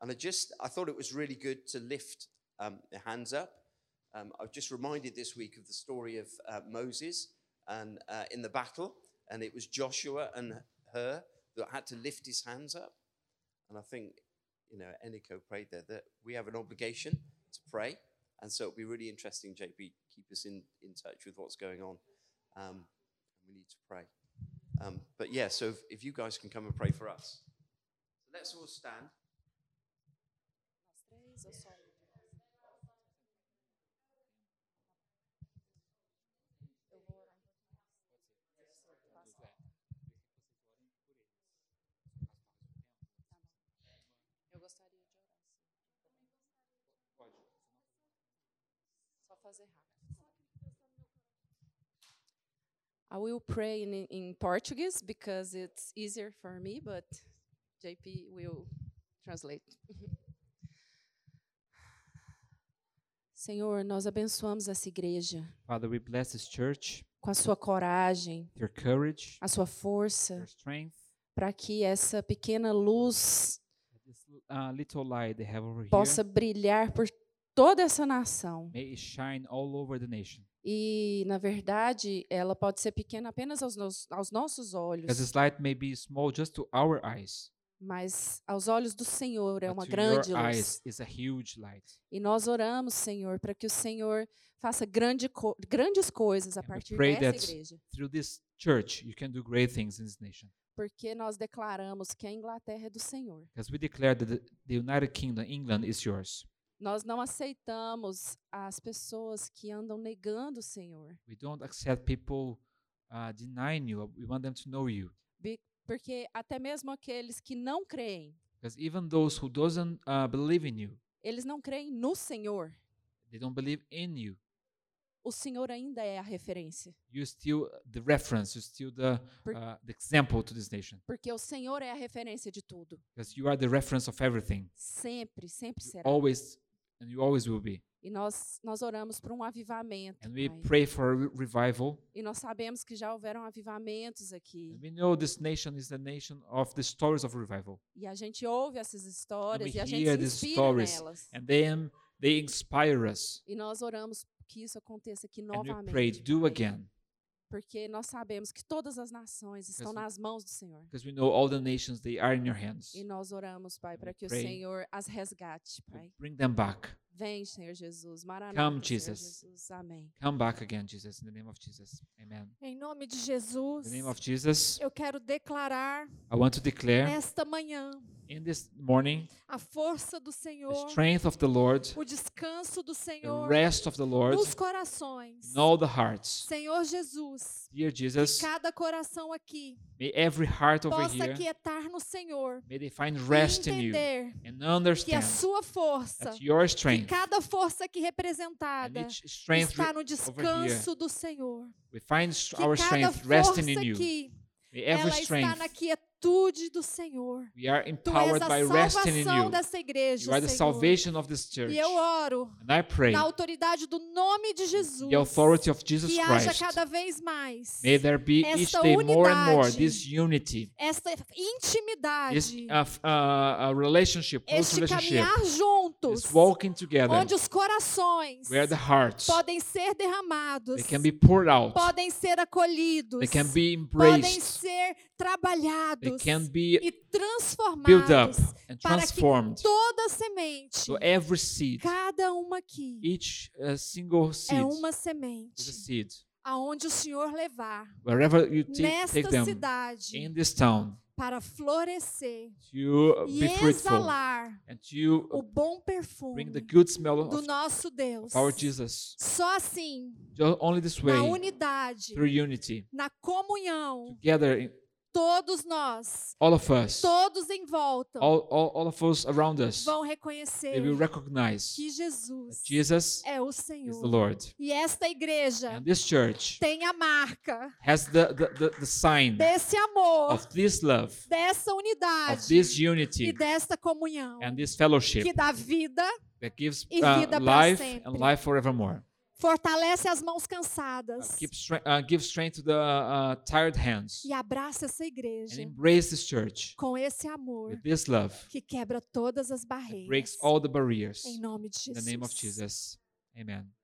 And I just, I thought it was really good to lift um, the hands up. Um, I was just reminded this week of the story of uh, Moses and uh, in the battle, and it was Joshua and her that had to lift his hands up. And I think, you know, Eniko prayed there that we have an obligation to pray. And so it'll be really interesting, JP, keep us in, in touch with what's going on. Um, we need to pray. Um, but yeah, so if, if you guys can come and pray for us. So let's all stand. Eu gostaria de orar. Sim. Só fazer rápido. I will pray in, in Portuguese because it's easier for me, but JP will translate. [laughs] Senhor, nós abençoamos essa igreja Father, we bless this church, com a sua coragem, their courage, a sua their força, strength, para que essa pequena luz this uh, little light they have over possa here. brilhar por toda essa nação. May it shine all over the nation. E, na verdade, ela pode ser pequena apenas aos, nos, aos nossos Because olhos, this light may be small just to our eyes, mas aos olhos do Senhor é but uma to your grande luz. eyes is a huge light. E nós oramos, Senhor, para que o Senhor faça grande co- grandes coisas a we partir pray dessa that- igreja. Through this church, you can do great things in this nation. Porque nós declaramos que a Inglaterra é do Senhor. Because we declare that the, the United Kingdom, England, is yours. Nós não aceitamos as pessoas que andam negando o Senhor, We don't accept people uh, denying you. We want them to know you. Be- porque até mesmo aqueles que não creem, Because even those who doesn't uh, believe in you, eles não creem no Senhor. they don't believe in you. O Senhor ainda é a referência, You're still the reference. You're still the Per- uh, the example to this nation. porque o Senhor é a referência de tudo, Because you are the reference of everything. sempre, sempre You será. always and you always will be. E nós nós oramos por um avivamento. And we Pai. pray for a re- revival. E nós sabemos que já houveram avivamentos aqui. And we know this nation is the nation of the stories of revival. E a gente ouve essas And we histórias e a gente hear se these inspira stories, nelas. and then they inspire us. E nós oramos que isso aconteça aqui And we novamente. pray, do Pai. again, Porque nós sabemos que todas as nações estão Because we- nas mãos do Senhor. because we know all the nations they are in your hands. E nós oramos, Pai, para que o pray. Senhor as resgate, Pai. Bring them back. Vem, Senhor Jesus. Maranata, Senhor Jesus. Jesus. Amém. Come back again, Jesus, in the name of Jesus. Amen. Em nome de In Jesus, the name of Jesus, eu quero declarar I want to declare nesta manhã in this morning a força do the Senhor, strength of the Lord, o descanso do the Senhor rest of the Lord nos corações. in all the hearts. Senhor Jesus, Dear Jesus, cada coração aqui may every heart over possa here, quietar no Senhor may they find rest e in you entender and que a understand sua força, that your que strength cada força aqui and representada each strength está re- no over here, descanso do Senhor. we find s- Que our cada strength resting in força you. aqui, May every ela está na strength, quietude do Senhor. we are Tu és empowered by a resting in salvação you. dessa You are igreja, the Senhor. salvation of this church. E eu oro And I pray na autoridade do nome de Jesus the authority of Jesus que haja Christ. cada vez mais May there be each esta day more and more unidade, this unity, esta this intimidade, uh, f- uh, uh, relationship, close este relationship, caminhar juntos, this walking together, onde os corações where the hearts podem ser derramados, they can be poured out, podem ser acolhidos, they can be podem embraced, ser they trabalhados can be e built up transformados and para que transformed. toda semente, So every seed, cada uma aqui, each uh, single é seed, uma is a semente seed. aonde o Senhor levar Wherever you take, nesta take them cidade in this town, para florescer to uh, e be fruitful exalar and to uh, o bom bring the perfume good smell do of nosso Deus. our Jesus. Só assim, Ju- Only this na way, unidade, through unity, na comunhão, together in, Todos nós, All of us. todos em volta, All, all, all of us around us. vão They reconhecer will recognize que Jesus Jesus é o Senhor. is the Lord. E esta igreja And this church tem a marca has the, the, the, the sign desse amor, of this love, dessa unidade of this e unity, desta comunhão and this fellowship que dá vida, that gives e uh, vida pra life and sempre. life forevermore. fortalece as mãos cansadas Keep stre- uh, give strength to the uh, tired hands. e abraça essa igreja Embrace this church com esse amor with this love. que quebra todas as barreiras. Breaks all the barriers. Em nome de In the name of Jesus. Jesus. Amen.